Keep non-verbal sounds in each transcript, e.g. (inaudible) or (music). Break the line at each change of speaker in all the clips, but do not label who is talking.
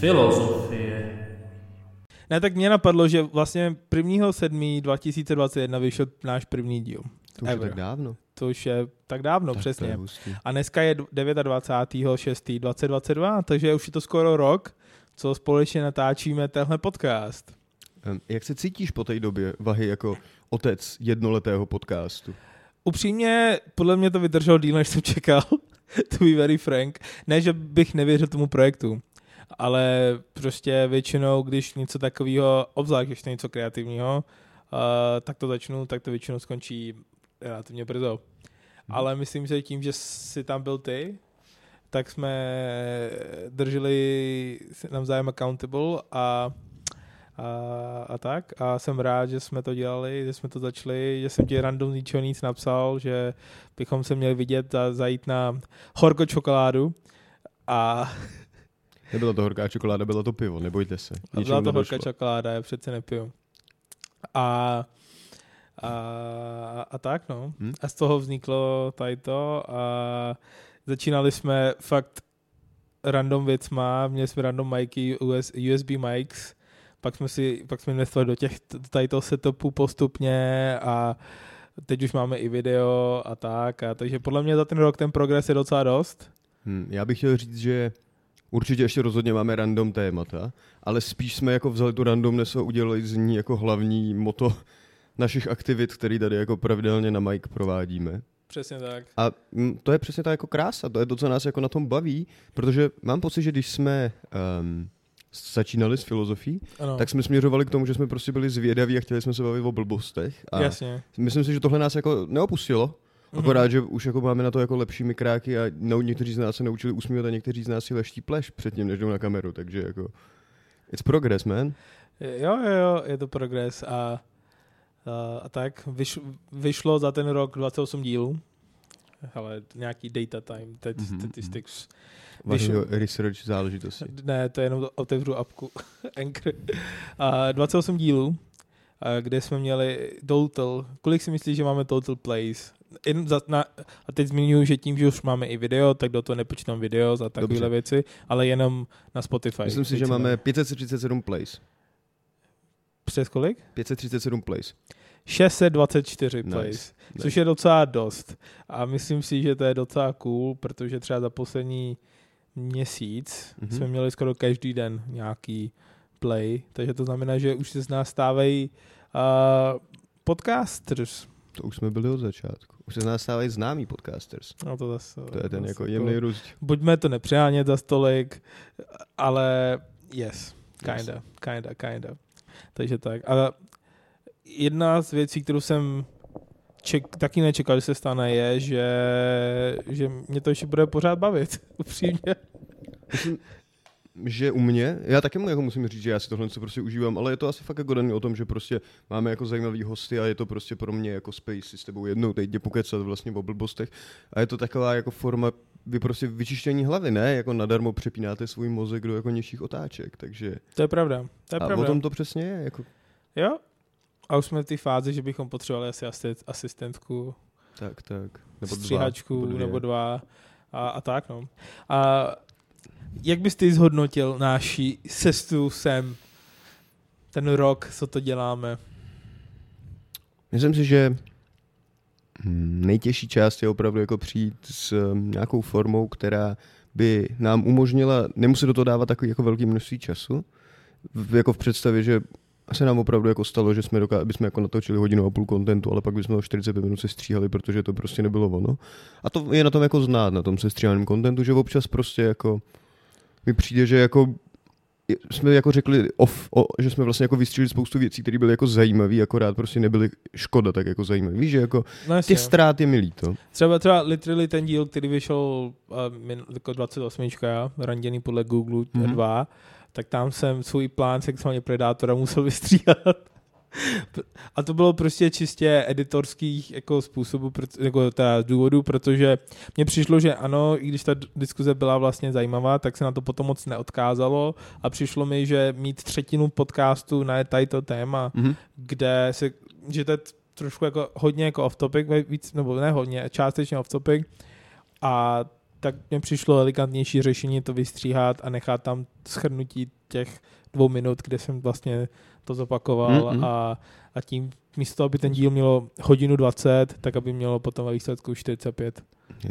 Filozofie.
Ne, tak mě napadlo, že vlastně 1. 7. 2021 vyšel náš první díl.
To už je
Ever.
tak dávno.
Což je tak dávno,
tak To je
přesně.
hustý.
A dneska je 29.6.2022, takže už je to skoro rok, co společně natáčíme tenhle podcast.
Em, Jak se cítíš po té době, Vahy, jako otec jednoletého podcastu?
Upřímně, podle mě to vydrželo díl, než jsem čekal, (laughs) to be very frank. Ne, že bych nevěřil tomu projektu, ale prostě většinou, když něco takového, obzvlášť když to je něco kreativního, uh, tak to začnu, tak to většinou skončí relativně brzo. Ale myslím, že tím, že jsi tam byl ty, tak jsme drželi se navzájem accountable a, a, a tak. A jsem rád, že jsme to dělali, že jsme to začali, že jsem ti random z ničeho nic napsal, že bychom se měli vidět a zajít na horko čokoládu. A
Nebyla to horká čokoláda, bylo to pivo, nebojte se.
a
Ničemu
byla to horká
nedošlo.
čokoláda, já přece nepiju. A, a, a tak no.
Hm?
A z toho vzniklo tady to a začínali jsme fakt random věcma, měli jsme random micy, US, USB mics, pak jsme, si, pak jsme investovali do těch, do tady toho setupu postupně a teď už máme i video a tak. A takže podle mě za ten rok ten progres je docela dost.
Hm, já bych chtěl říct, že určitě ještě rozhodně máme random témata, ale spíš jsme jako vzali tu randomness a udělali z ní jako hlavní moto našich aktivit, který tady jako pravidelně na Mike provádíme.
Přesně tak.
A mm, to je přesně ta jako krása, to je to, co nás jako na tom baví, protože mám pocit, že když jsme um, začínali s filozofií,
Ano,
tak jsme směřovali k tomu, že jsme prostě byli zvědaví a chtěli jsme se bavit o blbostech. A
jasně. Mhm.
myslím si, že tohle nás jako neopustilo, akorát, že už jako máme na to jako lepší mikráky a no, někteří z nás se naučili usmívat a někteří z nás si leští pleš předtím, než jdou na kameru, takže jako... It's progress, man.
Jo, jo, jo, je to progres a, a, a tak. Vyš, vyšlo za ten rok 28 dílů, ale nějaký data time, teď
Mhm,
mm-hmm. statistics. Když-
Vašeho research záležitosti.
Ne, to je jenom otevřu apku (laughs) Anchor. A 28 dílů, a kde jsme měli total, kolik si myslíš, že máme total plays? Jen za, na, a teď zmiňuji, že tím, že už máme i video, tak do toho nepočítám video za takovéhle
Dobře.
věci, ale jenom na Spotify.
Myslím si, že
Víceméně.
máme 537 plays.
Přes kolik?
537 plays.
624
Nice.
plays. Což je docela dost. A myslím si, že to je docela cool, protože třeba za poslední měsíc
Mhm.
mm-hmm. jsme měli skoro každý den nějaký play, takže to znamená, že už se z nás stávají uh, podcasters.
To už jsme byli od začátku. Už se z nás stávají známí podcasters.
No to, zase,
To je ten
zase
jako
to-
jemný růst.
Buďme to nepřehánět za stolik, ale yes, kinda, kinda, kinda. Takže tak. A jedna z věcí, kterou jsem ček, taky nečekal, že se stane, je, že, že mě to ještě bude pořád bavit, (laughs) upřímně.
Že u mě, já taky mu jako musím říct, že já si tohle co prostě užívám, ale je to asi fakt jako daný o tom, že prostě máme jako zajímavý hosty a je to prostě pro mě jako space si s tebou jednou týdně pokecat vlastně o blbostech a je to taková jako forma vy prostě vyčištění hlavy, ne? Jako nadarmo přepínáte svůj mozek do jako nižších otáček, takže
To je pravda, to je
a o
pravda.
tom to přesně je, jako
Jo? A už jsme v té fázi, že bychom potřebovali asi asist, asistentku
tak, tak.
nebo
dva,
stříhačku dva,
dvě.
nebo dva a, a tak no. A jak bys ty zhodnotil naši cestu sem, ten rok, co to děláme?
Myslím si, že hm, nejtěžší část je opravdu jako přijít s hm, nějakou formou, která by nám umožnila nemuset do toho dávat takový jako velký množství času, v, jako v představě, že se nám opravdu jako stalo, že jsme, doká- bychom jako natočili hodinu a půl kontentu, ale pak bychom ho 45 minut se stříhali, protože to prostě nebylo ono. A to je na tom jako znát, na tom sestříhaném kontentu, že občas prostě jako mi přijde, že jako je- jsme jako řekli off, o, že jsme vlastně jako vystřelili spoustu věcí, které byly jako zajímavé, akorát prostě nebyly škoda tak jako zajímavé. Víš, že jako
No
ty
jasně.
ztráty mi líto.
Třeba, třeba literally ten díl, který vyšel uh, min- jako 28, randěný podle Google
Mhm.
mm-hmm. 2, tak tam jsem svůj plán sexuálně predátora musel vystříhat. A to bylo prostě čistě editorských jako způsobů, proto- jako teda důvodů, protože mně přišlo, že ano, i když ta d- diskuze byla vlastně zajímavá, tak se na to potom moc neodkázalo a přišlo mi, že mít třetinu podcastu na tady to téma,
Mhm.
kde se, že to je t- trošku jako hodně jako off topic, víc, nebo ne hodně, částečně off topic a tak mně přišlo elegantnější řešení to vystříhat a nechat tam schrnutí těch dvou minut, kde jsem vlastně to zopakoval
Mm,
mm-hmm.
mm.
a, a tím místo, aby ten díl mělo hodinu 20, tak aby mělo potom ve výsledku 45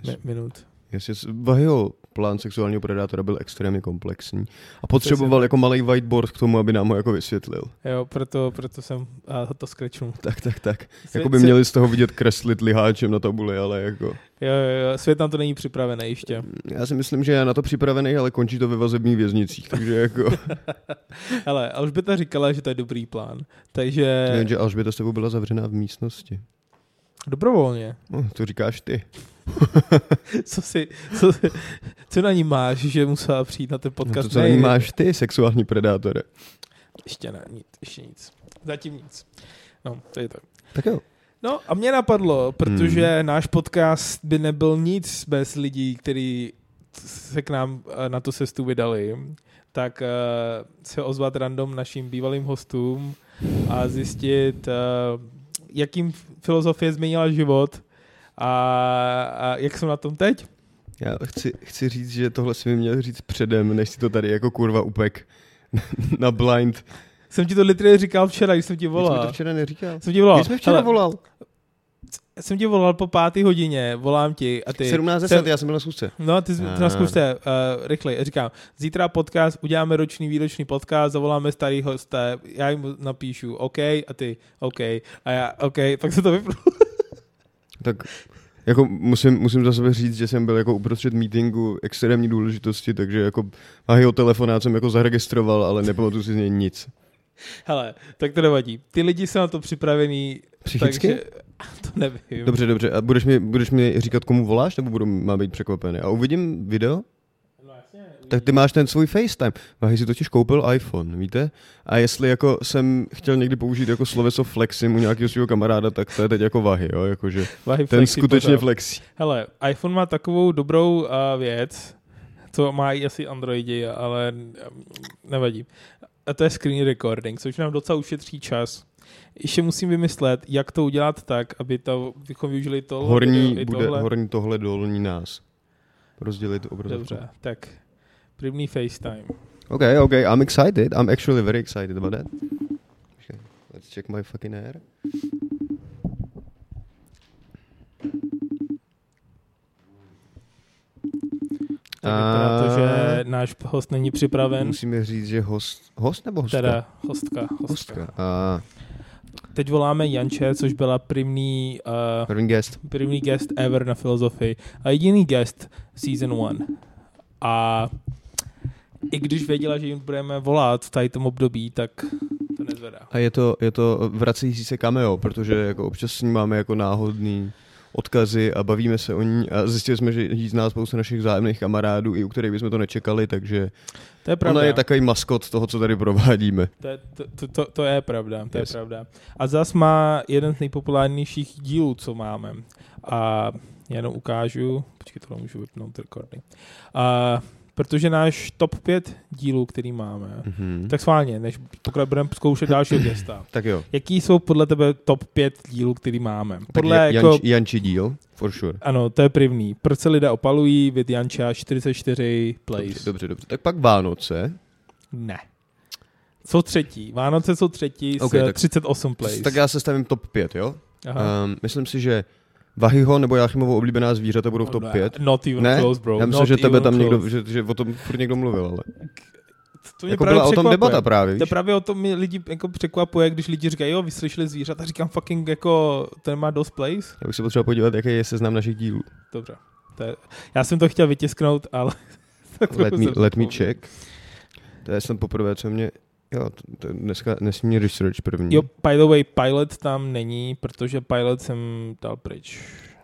mi-
Yes.
minut.
Yes, yes. Vahyho plán sexuálního predátora byl extrémně komplexní a potřeboval jako malý whiteboard k tomu, aby nám ho jako vysvětlil. (laughs)
Jo, proto, proto jsem a to skrečnul.
Tak, tak, tak.
Svět-
(laughs) Jako by
svět-
měli z toho vidět kreslit liháčem na tabuli, ale jako...
Jo, jo, jo, svět tam to není připravený ještě.
Já si myslím, že já na to připravený, ale končí to ve vazebních věznicích, takže (laughs) jako...
Hele, Alžběta říkala, že to je dobrý plán, takže
Jenže Alžběta s tebou byla zavřená v místnosti.
dobrovolně.
No, to říkáš ty.
(laughs) Co si, co, si- co na ní máš, že musela přijít na ten
No
podcast?
to, co
Ne,
na ní máš ty, sexuální predátore.
Ještě ne, nic, ještě nic. Zatím nic. No, to je to.
Tak jo.
No a mě napadlo, protože hmm. náš podcast by nebyl nic bez lidí, kteří se k nám eh, na tu cestu vydali, tak eh, se ozvat random našim bývalým hostům a zjistit, eh, jakým filozofie změnila život a, a jak jsem na tom teď.
Já chci, chci říct, že tohle si mi měl říct předem, než si to tady jako kurva upek na blind.
Jsem ti to literally říkal včera, když jsem ti
Nic mi
volal.
to včera neříkal.
Jsem ti volal.
Když jsme včera
Hele,
volal.
jsem ti volal po páté hodině, volám ti a ty...
17
jsem-
10, já jsem byl na schůzce.
No, ty, ty
Ah.
nás zkuste uh, rychle. Říkám, zítra podcast, uděláme roční výroční podcast, zavoláme starý hosta, já jim napíšu OK a ty OK a já OK, pak se to vypnu.
Tak jako musím, musím za sebe říct, že jsem byl jako uprostřed meetingu extrémní důležitosti, takže jako a jeho telefonát jsem jako zaregistroval, ale nepamatuju si z něj nic.
(laughs) Hele, tak to nevadí. Ty lidi jsou na to připravený,
Psychicky?
takže (laughs) to nevím.
Dobře, dobře. A budeš mi, budeš mi říkat, komu voláš, nebo budu, má být překvapený? A uvidím video?
No, jasně,
Tak ty máš ten svůj FaceTime. Vahy si totiž koupil iPhone, víte? A jestli jako jsem chtěl někdy použít jako sloveso flexím u nějakého svého kamaráda, tak to je teď jako Vahy, jo? Jakože
Váhy
ten
flexí
skutečně
pořád.
flexí.
Hele, iPhone má takovou dobrou uh, věc, co mají asi Androidi, ale mm, nevadí. A to je screen recording, což nám docela ušetří čas. Ještě musím vymyslet, jak to udělat tak, aby to, bychom využili tohle.
Horní
video i
bude,
tohle.
horní tohle, dolní nás. Rozdělit tu obrazovku.
Dobře, tak. První FaceTime.
Okay, okay, I'm excited. I'm actually very excited about that. Okay, let's check my fucking hair.
Tak vypadá to,
A-
že náš host není připraven.
Eh, Musíme říct, že host, host nebo hostka?
Teda hostka, hostka.
hostka. A
Teď voláme Janče, což byla první, uh,
první guest.
první guest ever na filozofii a jediný guest season one. A i když věděla, že jim budeme volat v tady tom období, tak to nezvedá.
A je to, je to vracející se cameo, protože jako občas s ní máme jako náhodný odkazy a bavíme se o ní a zjistili jsme, že jí zná spoustu našich zájemných kamarádů, i u kterých bychom to nečekali, takže
To je
Pravda.
pravda.
ona je takový maskot toho, co tady provádíme.
to, je, to, to- to, to je pravda, to
Yes.
je pravda. A zas má jeden z nejpopulárnějších dílů, co máme. A já jenom ukážu, počkej, tohle můžu vypnout rekordy. A protože náš top 5 dílů, který máme,
Mhm.
tak schválně, než pokud budeme zkoušet dalšího gesta.
tak jo.
Jaký jsou podle tebe top 5 dílů, který máme? Podle
tak
jako,
Janč, Janči díl, for sure.
ano, to je první. Proč se lidé opalují, vid Janča 44 plays.
Dobře, dobře, dobře. Tak pak Vánoce.
Ne. Jsou třetí. Vánoce jsou třetí
Okay,
s
tak-
tak, 38 plays.
Tak já se stavím top 5, jo?
Aha.
Um, myslím si, že Vahyho nebo Jáchymovo oblíbená zvířata budou v top
No,
5.
Not even
Ne?
close, bro.
Já myslím,
Not
že tebe
even
tam
close.
někdo, že, že o tom furt někdo mluvil, ale
To mě
jako
právě
byla o tom
překvapuje.
debata právě, víš?
To je právě o tom mě lidi jako překvapuje, když lidi říkají, jo, vyslyšeli zvířata, říkám fucking jako, ten má dost plays.
Já bych se potřeboval podívat, jaký je seznam
(laughs)
našich dílů.
Dobře. To je, já jsem to chtěl vytisknout, ale... (laughs) tak trochu
Let me,
jsem
let me
zapomněl.
check. To je snad poprvé, co mě... Jo, to, to je dneska nesmí research první.
Jo, by the way, pilot tam není, protože pilot jsem dal pryč.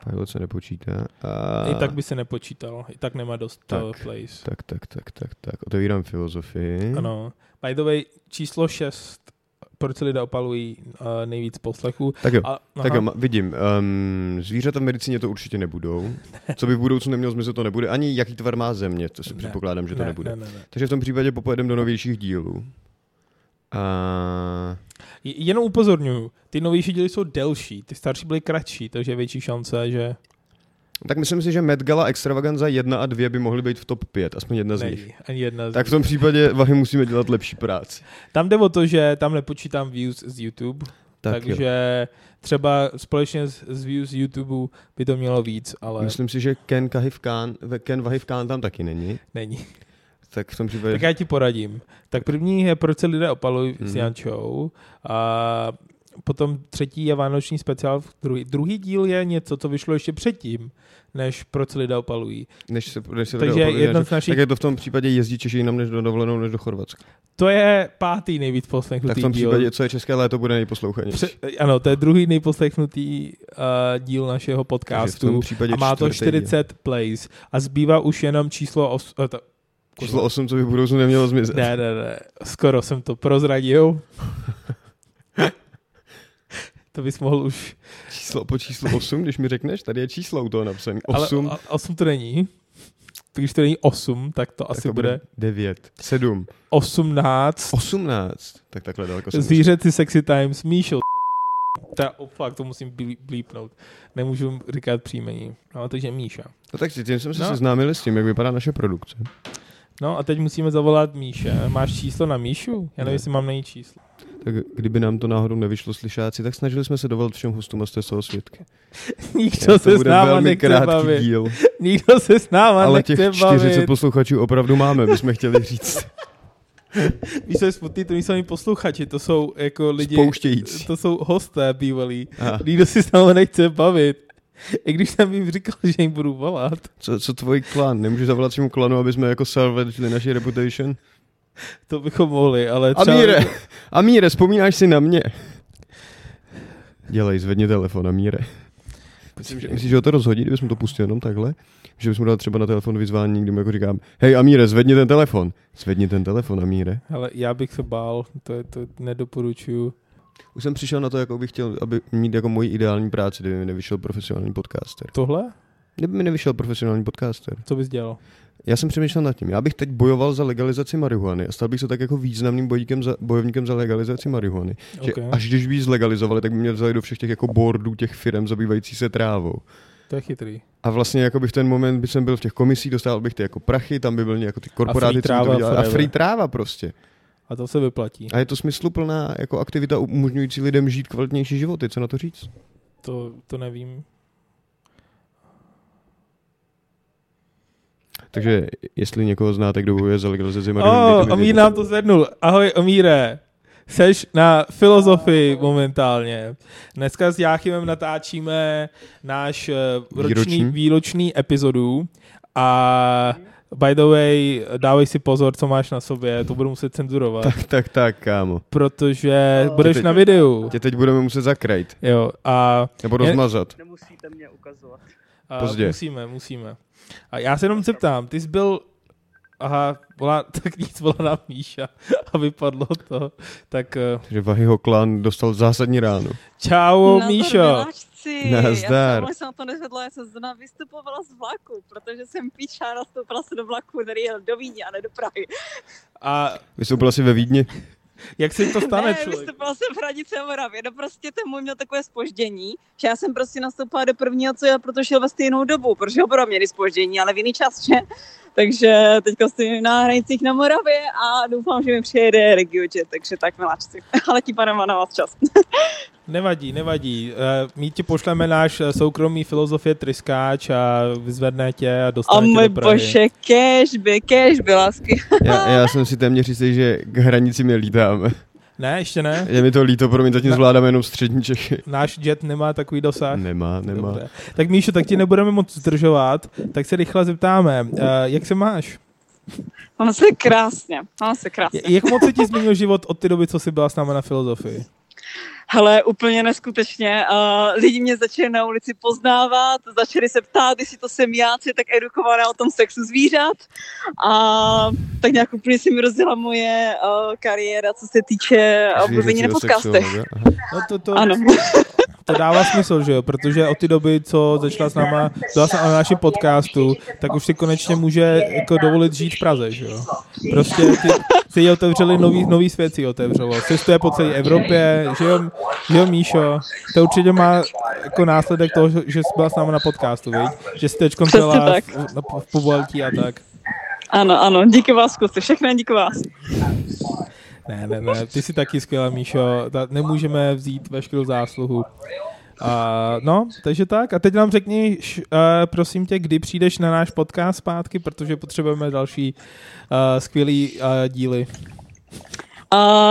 Pilot se nepočítá. A...
I tak by se nepočítal, i tak nemá dost eh,
Tak.
tak. plays.
Tak, tak, tak, tak, tak. Otevírám filozofii.
Ano. By the way, číslo 6, proč se lidé opalují uh, nejvíc poslechů.
Tak jo.
A, aha,
Tak jo, ma- vidím. Um, zvířata v medicíně to určitě nebudou. Co by v budoucnu nemělo smysl, to nebude. Ani jaký tvar má země, to si
Ne.
předpokládám, že to
ne,
nebude.
Ne, ne, ne.
Takže v tom případě popojedeme do novějších dílů. A...
J- Jenom upozorňuju, ty novější díly jsou delší, ty starší byly kratší, takže je větší šance, že...
Tak myslím si, že Met Gala Extravaganza 1 a 2 by mohly být v top 5, aspoň jedna z nich.
Není, ani jedna z
Tak v tom případě Vahy musíme dělat lepší práci.
Tam jde o to, že tam nepočítám views z YouTube,
Tak jo.
takže třeba společně s, s views z YouTube by to mělo víc, ale Myslím.
Myslím si, že Ken, Kahif Khan, Ken Vahif Khan tam taky není.
není.
Tak v tom případě...
Tak já ti poradím. Tak první je Proč se lidé opalují
Mhm.
s Jančou a potom třetí je Vánoční speciál. Druhý, druhý díl je něco, co vyšlo ještě předtím, než Proč se lidé opalují.
Než se, než se
Takže
teda opravdu-
jedna z našich-
Tak je to v tom případě jezdí Češi jinam než do dovolenou, než do Chorvatska.
To je pátý nejvíc poslechnutý
Tak v tom
díl.
případě, co je české léto, bude nejposlouchanější.
Pře- ano, to je druhý nejposlechnutý uh, díl našeho
Takže v tom
podcastu.
případě
A má to
čtvrtý díl.
40 plays. A zbývá už jenom číslo eh, 8.
Číslo 8, co by v budoucnu nemělo (laughs) zmizet.
Ne, ne, ne. Skoro jsem to
(laughs)
prozradil. to bys mohl už.
Číslo po číslu 8, když mi řekneš, tady je číslo u toho napsané. 8,
Ale 8 to není. Když to není 8, tak to asi
tak to
bude
9, 7,
18.
18. Tak takhle daleko jsem
Zvířecí sexy times Míšel. Ta, oh, fuck, to musím blí- blípnout. Nemůžu říkat příjmení. No, takže Míša.
No tak si- tím jsme se
No.
seznámili s tím, jak vypadá naše produkce.
No a teď musíme zavolat Míše. Máš číslo na Míšu? Já
Ne.
nevím, jestli mám na ní
(laughs)
číslo.
Tak kdyby nám to náhodou nevyšlo slyšáci, tak snažili jsme se dovolit všem hostům a jste z toho svědky.
Nikdo se s náma nechce bavit.
díl,
Nikdo se s náma
ale těch
nechce
40
bavit.
posluchačů opravdu máme, bychom chtěli říct.
Víš, co je smutný, to nejsou ani posluchači, to jsou jako lidi,
Spouštějící.
to jsou hosté bývalí.
Aha.
Nikdo si s náma nechce bavit. I když jsem jim říkal, že jim budu volat,
Co, co tvůj klan? Nemůžeš zavolat svému klanu, aby jsme jako salvagili naši reputation?
to bychom mohli, ale třeba...
(laughs) Amíre, Amíre, vzpomínáš si na mě? Dělej, zvedni telefon, Amíre. Myslím, že, myslíš, že ho to rozhodí, kdybychom to pustili jenom takhle? Že bychom dali třeba na telefon vyzvání, kdy mu jako říkám, hej Amíre, zvedni ten telefon. Zvedni ten telefon, Amíre.
Ale já bych se bál, to, je, to nedoporučuju.
Už jsem přišel na to, jako bych chtěl aby mít jako moji ideální práci, kdyby mi nevyšel profesionální podcaster.
Tohle?
Kdyby mi nevyšel profesionální podcaster.
Co bys dělal?
Já jsem přemýšlel nad tím. Já bych teď bojoval za legalizaci marihuany a stal bych se tak jako významným bojníkem za, bojovníkem za legalizaci marihuany. Že
Okay.
až když by ji zlegalizovali, tak by mě vzali do všech těch jako boardů těch firm zabývající se trávou.
To je chytrý.
A vlastně jako by v ten moment by jsem byl v těch komisích, dostal bych ty jako prachy, tam by byly jako ty korporáty, co by
tráva
to dělali. A
forever.
free tráva prostě.
A to se vyplatí.
A je to smysluplná jako aktivita umožňující lidem žít kvalitnější životy, co na to říct?
To, to nevím.
Takže jestli někoho znáte, kdo bojuje za legalizaci marihuany,
O,
dejte mi
oh, Omír
vědět.
nám to zvednul. Ahoj, Omíre. Seš na filozofii momentálně. Dneska s Jáchymem natáčíme náš eh, roční,
Výroční.
výroční epizodu a by the way, dávej si pozor, co máš na sobě, to budu muset cenzurovat,
Tak, tak, tak, kámo.
protože budeš
No, teď-
na videu.
Tě teď budeme muset zakrajt.
Jo, a
Nebo
Je-
rozmazat.
Nemusíte mě ukazovat.
A
Pozdě.
Musíme, musíme. A já se jenom zeptám, ty jsi byl... Aha, volá, (laughs) tak nic volá nám Míša a vypadlo to. Tak eh,
Takže Vahyho klan dostal zásadní ráno.
čau, no,
Nazdar,
Míšo.
miláčci. Já
Nazdar.
jsem, ale jsem na to nezvedla, já jsem zrovna vystupovala z vlaku, protože jsem píčá nastoupila se do vlaku, který jel do Vídně a ne do Prahy.
A
Vystoupila si ve Vídni?
jak se to stane,
(laughs) ne,
člověk?
vystupovala jsem v Hranice Moravě, no prostě ten můj měl takové spoždění, že já jsem prostě nastoupila do prvního, co jel, protože šel ve stejnou dobu, protože oba měli spoždění, ale v jiný čas, že? Takže teďka stojím na hranicích na Moravě a doufám, že mi přijede regiojet, takže tak miláčci. (laughs) Ale ti pane má na vás čas.
Nevadí, nevadí. Eh, My ti pošleme náš eh, soukromý filozofie Tryskáč a vyzvedne tě a
A
dostane tě
můj
do Prahy.
bože, kež by, kež by, lásky.
Já, já jsem si téměř jistý, že k hranici mi lítáme.
Ne, ještě ne?
Je mi to líto, pro mě zatím
Ne.
zvládáme jenom střední Čechy.
Náš jet nemá takový dosah.
Nemá, nemá.
Dobře. Tak Míšo, tak ti nebudeme moc zdržovat, tak se rychle zeptáme, eh, jak se máš?
Mám se krásně, mám se krásně.
Jak moc se ti změnil život od té doby, co jsi byla s náma na filozofii?
Hele, úplně neskutečně. Uh, lidi mě začali na ulici poznávat, začali se ptát, jestli to jsem já, co je tak edukovaná o tom sexu zvířat. A tak nějak úplně si mi rozjela moje uh, kariéra, co se týče eh,
Zvířecí
mluvení na
do
podcastech.
sexuologa. Aha.
No to, to,
Ano,
to dává smysl, že jo? Protože od té doby, co začala s náma, byla s náma na našem podcastu, tak už si konečně může jako dovolit žít v Praze, že jo? Prostě ty, se jí otevřeli nový, nový svět si jí otevřelo. Cestuje po celé Evropě, že jo, že jo, Míšo? To určitě má jako následek toho, že že jsi byla s námi na podcastu, viď? Že jsi teďkom
Přesně
byla
tak.
v, na, po- v povoltí a tak.
Ano, ano, díky vás, kluci, všechno je díky vás.
Ne, ne, ne, ty jsi taky skvělá, Míšo. Ta, nemůžeme vzít veškerou zásluhu. A, no, takže tak. A teď nám řekni, š, a, prosím tě, kdy přijdeš na náš podcast zpátky, protože potřebujeme další a, skvělý a, díly.
A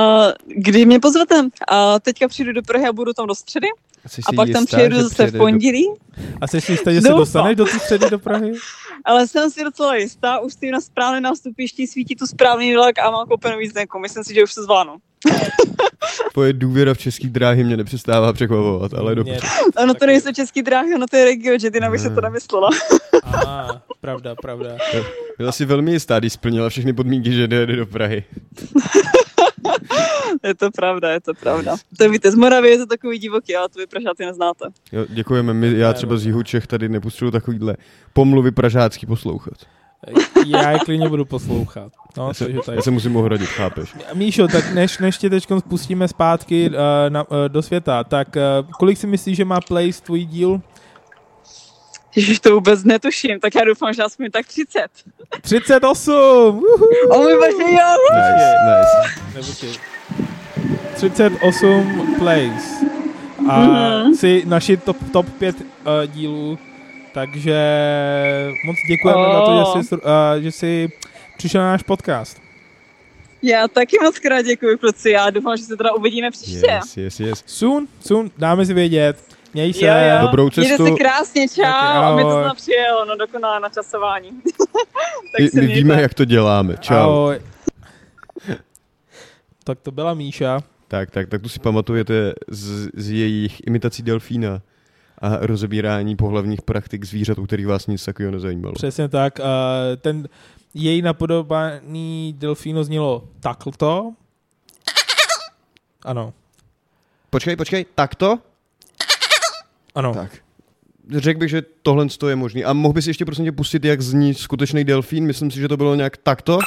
kdy mě pozvete? A teďka přijdu do Prahy a budu tam do středy.
Jsi
A
si
pak tam
jistá,
přijedu
že
zase
přijede
v
do-
pondělí.
A jsi si jistá, že se
Doufám.
dostaneš do té středy do Prahy?
Ale jsem si docela jistá, už stojím na správném nástupišti, svítí tu správný vlak a mám koupenou jízdenku. Myslím si, že už se zvánu.
Tvoje důvěra v český dráhy mě nepřestává překvapovat, ale do...
Mě-
Ano, to
Taky.
nejsou český dráhy, ono to je regio, že ty na bych se
Ah.
to nemyslela. (laughs)
Aha, pravda, pravda.
Byla si velmi jistá, když splnila všechny podmínky, že jde do Prahy.
je to pravda, je to pravda. To víte, z Moravy je to takový divoký, ale to vy Pražáci neznáte.
Jo, děkujeme, my, já třeba z jihu Čech tady nepustřu takovýhle pomluvy pražácky poslouchat.
Já je klidně budu poslouchat. No,
Já se,
takže tak.
já se musím ohradit, chápeš?
Míšo, tak než, než tě teď spustíme zpátky uh, na, uh, do světa, tak uh, kolik si myslíš, že má plays tvůj díl?
Ježiš, to vůbec netuším, tak já doufám, že aspoň tak 30.
38! Uhu.
O můj bože, jo!
Nice, nice.
Nebo ti. 38 plays. A
Mhm.
jsi naši top, top 5 uh, dílů, takže moc děkujeme oh. za to, že jsi, uh, že jsi přišel na náš podcast.
Já taky moc krát děkuji, kluci, já doufám, že se teda uvidíme příště.
Yes, yes, yes.
Soon, soon, dáme si vědět. Měj se.
Jo, jo.
Dobrou
Mějte
cestu.
se krásně, čau.
Taky,
A mi to
ahoj.
snad přijelo, no dokonalé načasování. (laughs) tak
My,
se
my
mějte.
víme, jak to děláme. Čau.
Ahoj. Tak to byla Míša.
Tak, tak, tak tu si pamatujete z, z jejich imitací delfína a rozebírání pohlavních praktik zvířat, u kterých vás nic takového nezajímalo.
Přesně tak. eh, Ten její napodobaný delfíno znělo takto. Ano,
Počkej, počkej, takto?
ano.
Tak. Řekl bych, že tohle je možný. A mohl bys ještě prosím tě pustit, jak zní skutečný delfín? Myslím si, že to bylo nějak takto.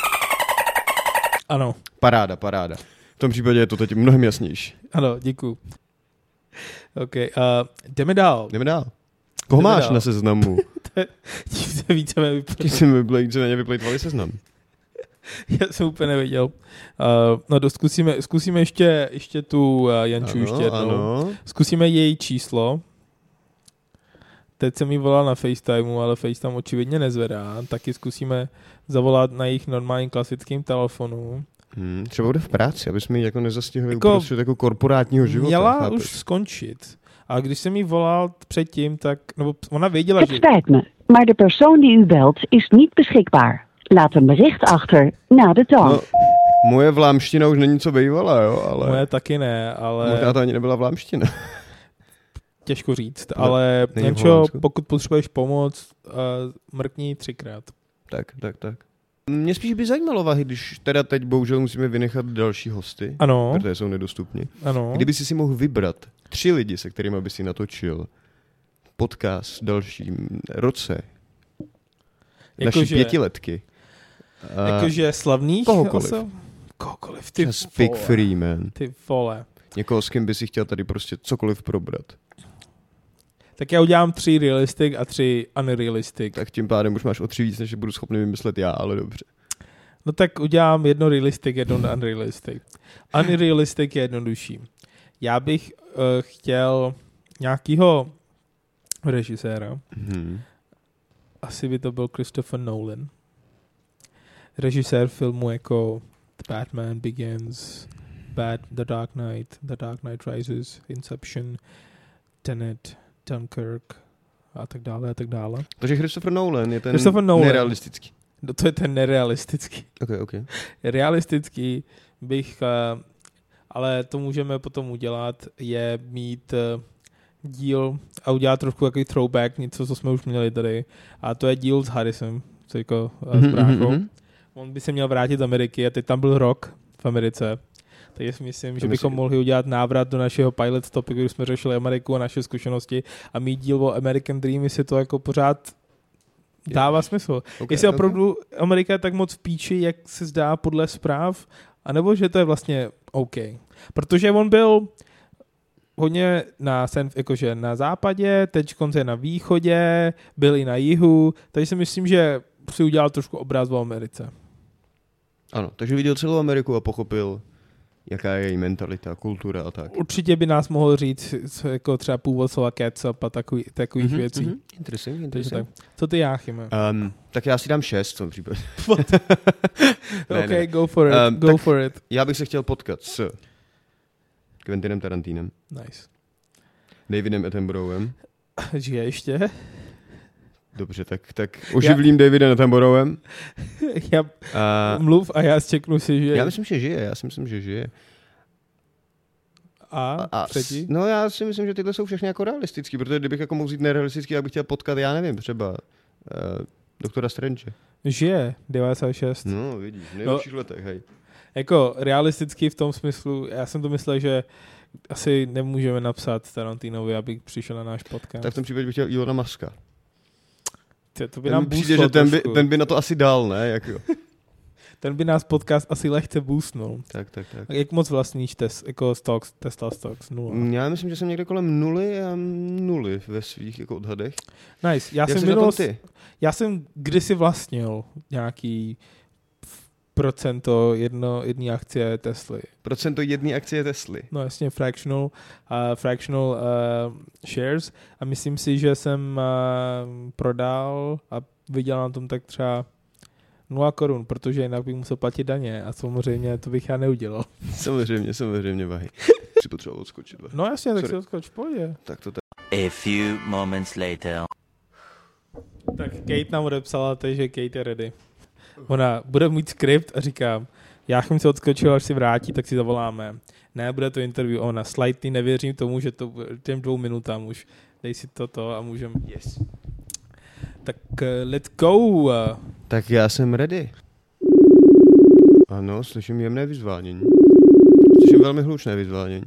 Ano,
Paráda, paráda. V tom případě je to teď mnohem jasnější.
ano, děkuju. OK, uh, jdeme dál. (laughs)
Jdeme dál. Koho
Jdeme
máš
dál.
na (laughs) seznamu?
Tím se víceme
Ti
vypr-
jsme vyplej- víceméně vyplejtvali seznam.
(laughs) Já jsem úplně nevěděl. Uh, no, dost, zkusíme, zkusíme ještě, ještě tu uh, Janču ano, ještě jednou.
ano.
Zkusíme její číslo. Teď jsem mi volal na FaceTimeu, ale FaceTime očividně nezvedá. Taky zkusíme zavolat na jejich normálním klasickým telefonu.
Hmm, třeba bude v práci, aby jsme ji jako nezastihli
Jako-
jako, uprostřed jako korporátního života.
Měla
chápeš?
už skončit. A když jsem jí volal předtím, tak... Nebo ona věděla,
Het
že...
spijt me, maar de persoon die u belt is niet beschikbaar. Laat een bericht achter na de toon.
No, moje vlámština už není co bývala, jo, ale...
Moje taky ne, ale...
Možná to ani nebyla vlámština. (laughs)
Těžko říct,
Ne-
ale
není v
Jančo,
Holandsku.
pokud potřebuješ pomoc, uh, mrkni třikrát.
tak, tak, tak. Mě spíš by zajímalo vahy, když teda teď bohužel musíme vynechat další hosty,
Ano,
protože jsou nedostupní.
ano.
Kdyby si si mohl vybrat tři lidi, se kterými by si natočil podcast v dalším roce, naší
Jakože-
pětiletky. A
Jakože slavných
kohokoliv.
osob? Kohokoliv, ty
Just Big
vole.
Free, man.
Ty vole.
Někoho, s kým by si chtěl tady prostě cokoliv probrat.
Tak já udělám tři realistic a tři unrealistic.
Tak tím pádem už máš o tři víc, než budu schopný vymyslet já, ale dobře.
No tak udělám jedno realistic, jedno unrealistic. Unrealistic je jednodušší. Já bych uh, chtěl nějakýho režiséra,
Hmm.
asi by to byl Christopher Nolan. Režisér filmu jako Batman Begins, Bat, The Dark Knight, The Dark Knight Rises, Inception, Tenet, Dunkirk a tak dále a tak dále.
Takže Christopher Nolan je ten
Christopher Nolan.
nerealistický.
No to je ten nerealistický. (laughs)
Ok, ok.
Realistický bych, eh, ale to můžeme potom udělat, je mít eh, díl a udělat trošku takový throwback, něco, co jsme už měli tady. A to je díl s Harrisem, co jako eh,
Mhm,
s bráchou. On by se měl vrátit z Ameriky a teď tam byl rok v Americe. Takže si myslím, že
myslím-
bychom mohli udělat návrat do našeho pilot topiku, kdy jsme řešili Ameriku a naše zkušenosti a mít díl o American Dream, jestli to jako pořád Dává smysl. Okay, Jestli okay. opravdu Amerika je tak moc v píči, jak se zdá podle zpráv, anebo že to je vlastně OK. Protože on byl hodně na, jakože na západě, teď je na východě, byl i na jihu, takže si myslím, že si udělal trošku obraz o Americe.
Ano, takže viděl celou Ameriku a pochopil, jaká je její mentalita, kultura a tak.
Určitě by nás mohl říct co, jako třeba původ slova kecap a takový, takových
Mhm,
mm-hmm, věcí. Mm-hmm.
Interesting, interesting.
Tak, co ty, Jáchyme?
Um, tak já si dám šest v tom případě. (laughs)
ne, ok, ne. go for it, um,
Ehm,
go for it.
Já bych se chtěl potkat s Quentinem Tarantínem.
Nice. (laughs)
Davidem Attenboroughem.
Žije ještě? (laughs)
Dobře, tak, tak oživlím já... Davida Attenboroughem. Eh,
já (laughs) uh, mluv a já zčeknu si, že...
Já myslím, že žije, já si myslím, že žije.
A, a třetí?
No já si myslím, že tyhle jsou všechny jako realistický, protože kdybych jako mohl vzít nerealistický, já bych chtěl potkat, já nevím, třeba uh, doktora Strange.
Žije, 96.
No, vidíš, v nejlepších no, letech, hej.
Jako realistický v tom smyslu, já jsem to myslel, že asi nemůžeme napsat Tarantinovi, aby přišel na náš podcast.
Tak v tom případě bych chtěl Ilona Maska.
Tě, to by ten nám
přijde, že ten by, ten by na to asi dal, ne? Jak jo.
ten by nás podcast asi lehce boostnul.
Tak, tak, tak.
A jak moc vlastníš tes, jako stocks, Tesla stocks? Nula.
Já myslím, že jsem někde kolem nuly a nuly ve svých jako odhadech.
Nice. Já, já jsem minul, ty? Já jsem kdysi vlastnil nějaký procento jedno, jedné akcie Tesly.
Procento jedné akcie Tesly.
No jasně, fractional, uh, fractional uh, shares a myslím si, že jsem uh, prodal a vydělal na tom tak třeba 0 korun, protože jinak bych musel platit daně a samozřejmě to bych já (laughs) neudělal.
Samozřejmě, samozřejmě, vahy. si potřeboval odskočit, vahy.
No jasně, tak Sorry. si odskoč, pojď.
Tak to tak.
A few moments later.
Tak Kate nám odepsala, takže Kate je ready ona bude mít skript a říkám, já jsem se odskočil, až si vrátí, tak si zavoláme. Ne, bude to interview ona. Slightly nevěřím tomu, že to těm dvou minutám už. Dej si toto a můžem.
Yes.
Tak uh, let's go.
Tak já jsem ready. Ano, slyším jemné vyzvánění. Slyším velmi hlučné vyzvánění.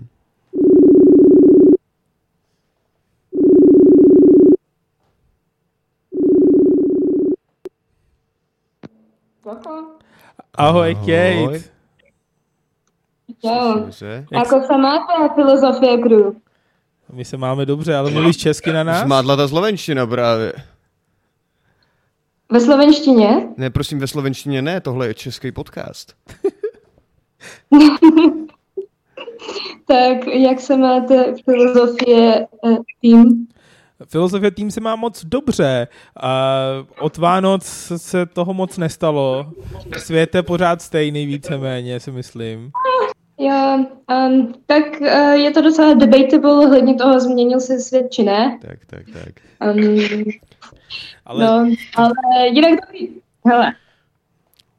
Ahoj, Kate.
Čau. Ako se máte, Jako filozofie Group?
My se máme dobře, ale mluvíš česky na nás?
Zmádla ta slovenština právě.
Ve slovenštině?
Ne, prosím, ve slovenštině ne, tohle je český podcast.
tak jak se máte filozofie eh, tým?
Filozofie tým se má moc dobře. Uh, od Vánoc se toho moc nestalo. Svět je pořád stejný víceméně, si myslím.
Já, um, tak uh, je to docela debatable, hledně toho změnil se svět, či ne.
Tak, tak, tak.
Um, ale... No, ale jinak dobrý. Hele,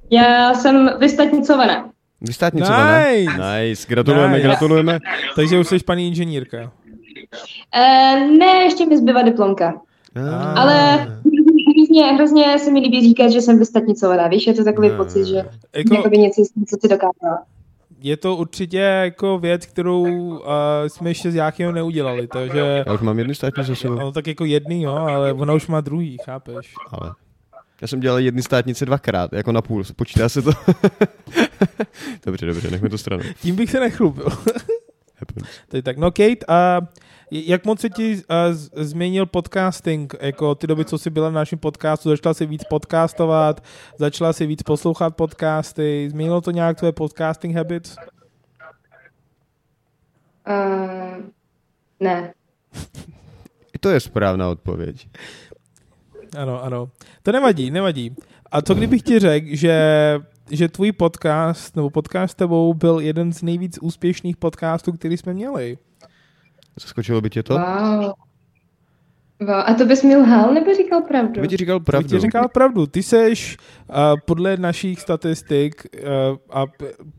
já jsem vystatnicovaná.
Vystatnicovaná?
Nice.
nice. Gratulujeme, nice. gratulujeme.
Takže už jsi paní inženýrka.
Uh, ne, ještě mi zbyla diplomka. Ah. Ale hrozně, hrozně se mi líbí říkat, že jsem vystatnicovaná, víš, je to takový ah. pocit, že jako, jako by něco, co si dokázala.
Je to určitě jako věc, kterou uh, jsme ještě z Jáchyho neudělali, takže...
Já už mám jednu státní za sebou.
No tak jako jedný, jo, ale ona už má druhý, chápeš?
Ale já jsem dělal jedny státnice dvakrát, jako na půl, počítá se to. (laughs) dobře, dobře, nechme to stranu.
Tím bych se nechlubil. Tady tak, no Kate, a jak moc se ti a, z, změnil podcasting? Jako ty doby, co jsi byla v našem podcastu, začala si víc podcastovat, začala si víc poslouchat podcasty, změnilo to nějak tvoje podcasting habits?
Uh, ne.
to je správná odpověď.
Ano, ano. To nevadí, nevadí. A co kdybych ti řekl, že že tvůj podcast, nebo podcast s tebou byl jeden z nejvíc úspěšných podcastů, který jsme měli.
Zaskočilo by tě to?
Wow. wow. A to bys mi lhal, nebo říkal pravdu? To
by ti říkal pravdu.
To by ti říkal pravdu. Ty seš uh, podle našich statistik, uh, a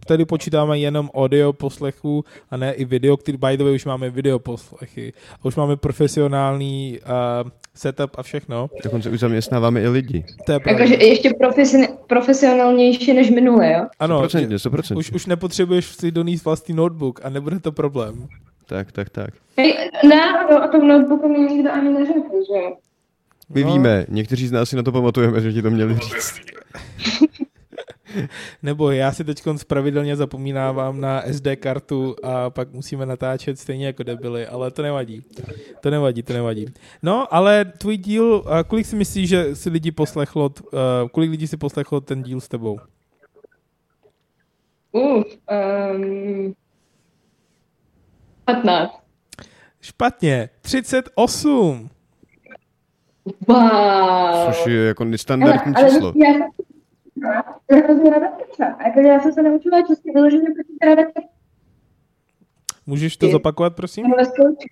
tady počítáme jenom audio poslechu a ne i video, který by the way už máme video poslechy. A už máme profesionální uh, setup a všechno.
Dokonce už zaměstnáváme i lidi.
To je
Jakože ještě profesion, profesionálnější než minule, jo?
Ano,
100%, 100%.
No, Už, už nepotřebuješ si donést vlastní notebook a nebude to problém.
Tak, tak, tak.
Hej, náhodou o tom notebooku mi nikdo ani neřekl, že
My no. víme, někteří z nás si na to pamatujeme, že ti to měli říct.
Nebo já si teď pravidelně zapomínávám na SD kartu a pak musíme natáčet stejně jako debily, ale to nevadí. To nevadí, to nevadí. No, ale tvůj díl, kolik si myslíš, že si lidi poslechlo, eh, kolik lidí si poslechlo ten díl s tebou?
Uh, um, 15.
Špatně, 38.
Wow.
Což je jako nestandardní
ale, ale
číslo.
Já, jsem- já jsem hrozně ráda kecám. Jako, já jsem se naučila česky vyloženě, protože ráda kecám
Můžeš to
Ty.
zopakovat, prosím?
Hm?
ve zkoušce.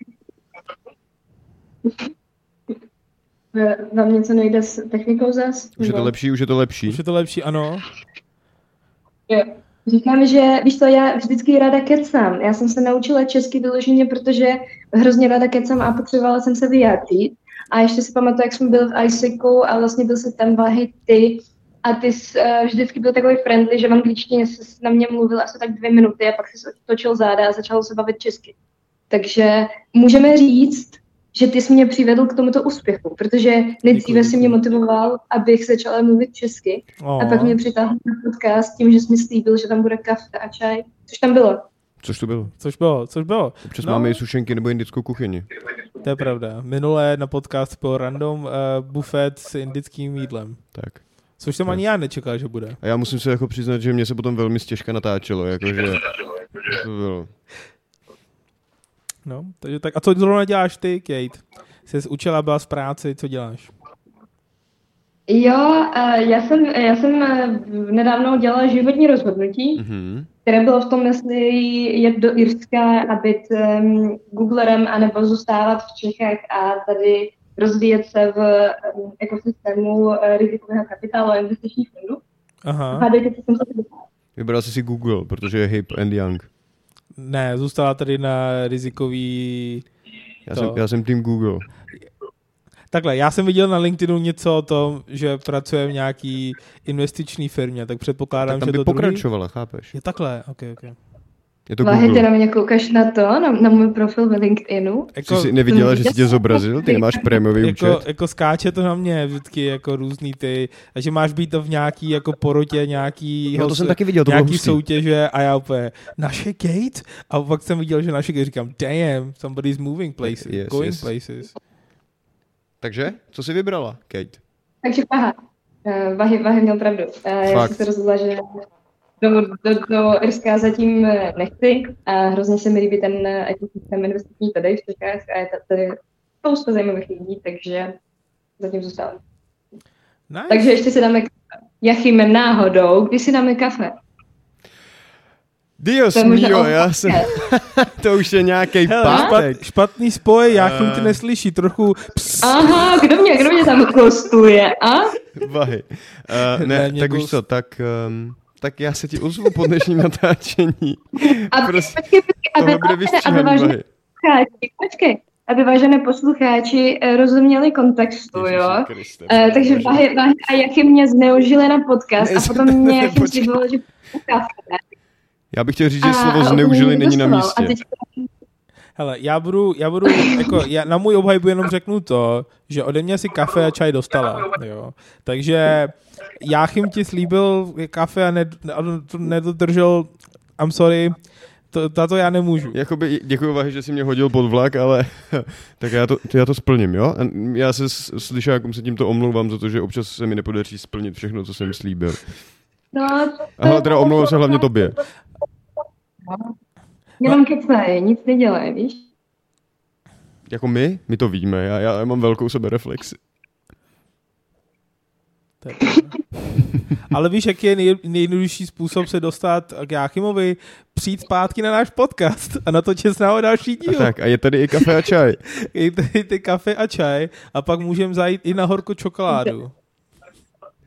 Eh, Vám něco nejde s technikou zas?
Už je to
no.
Nebo-
lepší, už je to lepší.
Už je to lepší, ano.
Jo.
Říkám, že víš to, já vždycky ráda kecám. Já jsem se naučila česky vyloženě, protože hrozně ráda kecám a potřebovala jsem se vyjádřit. A ještě si pamatuju, jak jsme byli v ISECu a vlastně byl se tam váhy ty a ty jsi, uh, vždycky byl takový friendly, že v angličtině jsi na mě mluvil asi tak dvě minuty a pak jsi točil záda a začal se bavit česky. Takže můžeme říct, že ty jsi mě přivedl k tomuto úspěchu, protože nejdříve si mě motivoval, abych začala mluvit česky
Oh.
a pak mě přitáhl na podcast tím, že jsi mi slíbil, že tam bude kafe a čaj, což tam bylo.
Což to bylo?
Což bylo, což bylo.
Občas
No.
no. máme i sušenky nebo indickou kuchyni.
To je pravda. Minulé na podcast byl random uh, buffet s indickým jídlem.
Tak.
Což jsem ani já nečekal, že bude.
A já musím se jako přiznat, že mě se potom velmi stěžka natáčelo, jakože... To bylo.
No, takže tak. A co zrovna děláš ty, Kate? Jsi se učila, byla v práci, co děláš?
Jo, eh, já jsem, já jsem eh, nedávno dělala životní rozhodnutí,
Mhm.
které bylo v tom, jestli jet do Irska a být um, Googlerem, anebo zůstávat v Čechách a tady rozvíjet se v um, ekosystému eh, rizikového kapitálu a investičních fondů.
Aha.
Hádejte, co jsem se dostala.
Vybral jsi si Google, protože je hip and young.
Ne, zůstala tady na rizikový...
Já
To.
jsem, já jsem tým Google.
Takhle, já jsem viděl na LinkedInu něco o tom, že pracuje v nějaký investiční firmě, tak předpokládám,
Tak tam
že
by
to druhý...
pokračovala, chápeš?
Je takhle, ok, ok.
Je to
Váhy, ty na
Google.
mě koukáš na to, na, na můj profil ve LinkedInu.
Jsi
Jako,
si neviděla, že jsi tě zobrazil? Ty nemáš prémiový
jako,
účet?
jako, skáče to na mě vždycky, jako různý ty, a že máš být v nějaký jako porotě, nějaký,
No to jsem taky viděl, to bylo
nějaký
hustý.
soutěže a já úplně, naše Kate? A pak jsem viděl, že naše Kate, říkám, damn, somebody's moving places,
Yes,
going
yes.
places.
Takže, co jsi vybrala, Kate?
Takže Vaha. Eh, Vahy, Vahy měl pravdu. Eh, Já
Fakt.
jsem se rozhodla, že do, do, do Irska zatím eh, nechci a hrozně se mi líbí ten eh, ekosystém investiční tady v Čechách a je ta- tady spousta zajímavých lidí, takže zatím zůstávám.
Nice.
Takže ještě si dáme kafe. Jachym náhodou, když si dáme kafe.
Dios
To je možná
mio,
on-
já jsem... (laughs) to už je nějaký
Hele, špat,
pátek.
špatný spoj, já
Eh.
uh... tě neslyší, trochu ps,
Aha, kdo mě, kdo mě tam kostuje, a?
Vahy. Uh,
Ne,
ne,
mě
tak už
ghost.
co, tak, um, tak já se ti ozvu po dnešním natáčení.
A
Prostě
počkej, počkej, a
tohle bude
ve- a ve
vystříhaný,
vážné-
Vahy.
posluchači, počkej, aby vážené poslucháči eh, rozuměli kontextu, jo?
Ježiši Kriste,
Eh, takže
vážený.
váhy, váhy a jak je mě zneužili na podcast a potom mě jak jim
Počkej.
slíbilo, že podcast.
Já bych chtěl říct, že slovo zneužili není na místě.
A teď
Hele, já budu, já budu, jako, já na můj obhajbu jenom řeknu to, že ode mě si kafe a čaj dostala, jo. Takže Jáchym ti slíbil kafe a ned, a to nedodržel, I'm sorry, to, za to já nemůžu.
(laughs) Jakoby, děkuji váhy, že jsi mě hodil pod vlak, ale (laughs) tak já to, já to splním, jo? A Já se s- slyšákům se tímto omlouvám za to, že občas se mi nepodaří splnit všechno, co jsem slíbil.
no,
A hele, teda omlouvám se hlavně tobě.
Jenom kecaj, nic nedělej, víš?
Jako my, my to víme, já, já mám velkou sebereflexi.
To je pravda. Ale víš, jaký je nej, nejjednodušší způsob se dostat k Jáchymovi? Přijít zpátky na náš podcast a natočit s námi další díl.
A tak, a je tady i kafe
(laughs)
a čaj.
I ty, ty kafe a čaj a pak můžeme zajít i na horko čokoládu.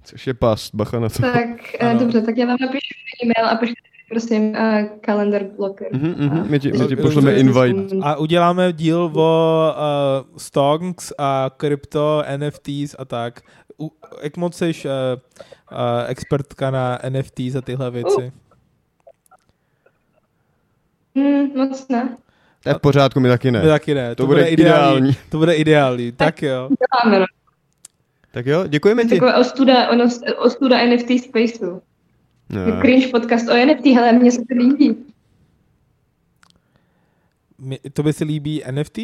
Což je past, bacha na to.
Tak eh,
Ano.
dobře, tak já vám napíšu e-mail a pošlete prosím eh, kalendar blocker.
Mhm, mhm, my ti, my ti
To-
pošleme
to-
invite.
A uděláme díl o uh, stonks a krypto, NFTs a tak. U, jak moc jsi uh, uh, expertka na NFTs a tyhle
Uh.
věci?
Hmm, moc ne.
To (laughs) je v pořádku, my taky
My
ne.
taky ne.
To bude ideální.
To bude ideální. Tak jo.
Děláme, no.
Tak jo, děkujeme ti.
Taková ostuda, ono, ostuda NFT Spaceu. Jako
No.
Cringe podcast o NFT, hele, mně se to líbí.
Mi- Tobě se líbí NFT?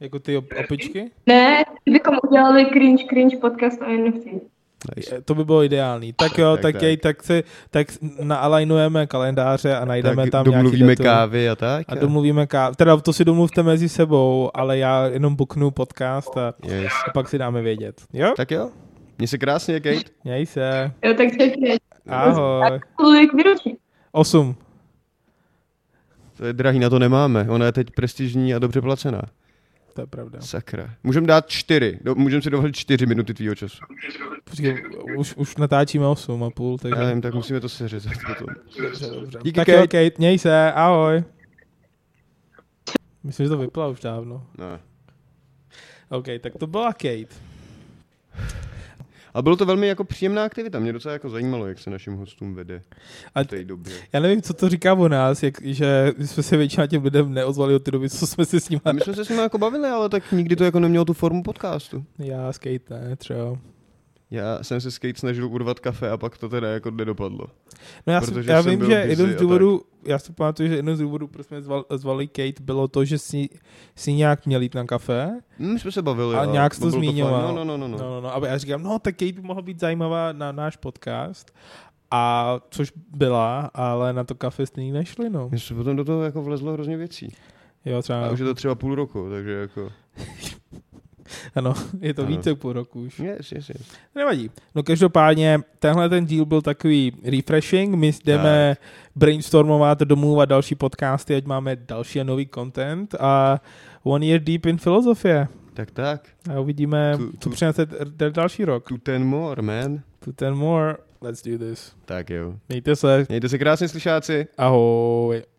Jako ty op- opičky?
Ne, kdybychom udělali cringe, cringe podcast o NFT.
Je- To by bylo ideální. Tak jo, tak, tak,
Tak, tak.
jej, tak si tak naalajnujeme kalendáře a najdeme
Tak
tam
domluvíme
nějaký datum.
kávy a tak.
A domluvíme káv. Teda to si domluvte mezi sebou, ale já jenom buknu podcast a,
Yes.
a pak si dáme vědět. Jo?
Tak jo. Mně se krásně, Kate.
Měj se.
Jo, tak čekaj.
Ahoj.
Kolik výročí?
Osm.
To je drahý, na to nemáme. Ona je teď prestižní a dobře placená.
To je pravda.
Sakra. Můžeme dát čtyři. Do, můžeme si dovolit čtyři minuty tvýho času.
Počkej, už, už natáčíme osm a půl, takže...
Já nevím, tak musíme to seřezat potom.
Dobře, dobře.
Díky,
tak
Kate.
jo, Kate, měj se, ahoj. Myslím, že to vypla už dávno.
Ne.
OK, tak to byla Kate.
A bylo to velmi jako příjemná aktivita. Mě docela jako zajímalo, jak se našim hostům vede
A-
v té době.
Já nevím, co to říká o nás, jak, že jsme se většina těm lidem neozvali od té doby, co jsme se s nimi...
A my jsme se s nimi jako bavili, ale tak nikdy to jako nemělo tu formu podcastu.
Já s Kate ne, třeba.
Já jsem se s Kate snažil urvat kafe a pak to teda jako nedopadlo.
No já,
Protože
si, já
jsem
vím,
byl
že
busy
jeden
a
z
tak.
důvodů, já si pamatuju, že jeden z důvodů, proč jsme zval, zvali Kate, bylo to, že si, si nějak měl jít na kafe
Hm, My jsme se bavili.
a
ale
nějak jsi to
bylo fajn.
zmiňoval.
No, no, no, no, no.
no, no, no. A já říkám, no tak Kate by mohla být zajímavá na náš podcast. A což byla, ale na to kafe jste ní nešli, no.
Mně se potom do toho jako vlezlo hrozně věcí.
Jo,
A
třeba,
už je to třeba půl roku, takže jako...
ano, je to
Ano.
více jak půl roku už.
Yes, yes, yes.
Nevadí. No každopádně, tenhle ten díl byl takový refreshing, my jdeme brainstormovat, domluvat další podcasty, ať máme další a nový content a One Year Deep in Filozofie.
Tak tak.
A uvidíme,
Tu-
co
tu-
přinese t- t- další rok.
Tu ten more, man.
To ten more, let's do this.
Tak jo.
Mějte se,
Mějte se krásně, slyšáci.
ahoj.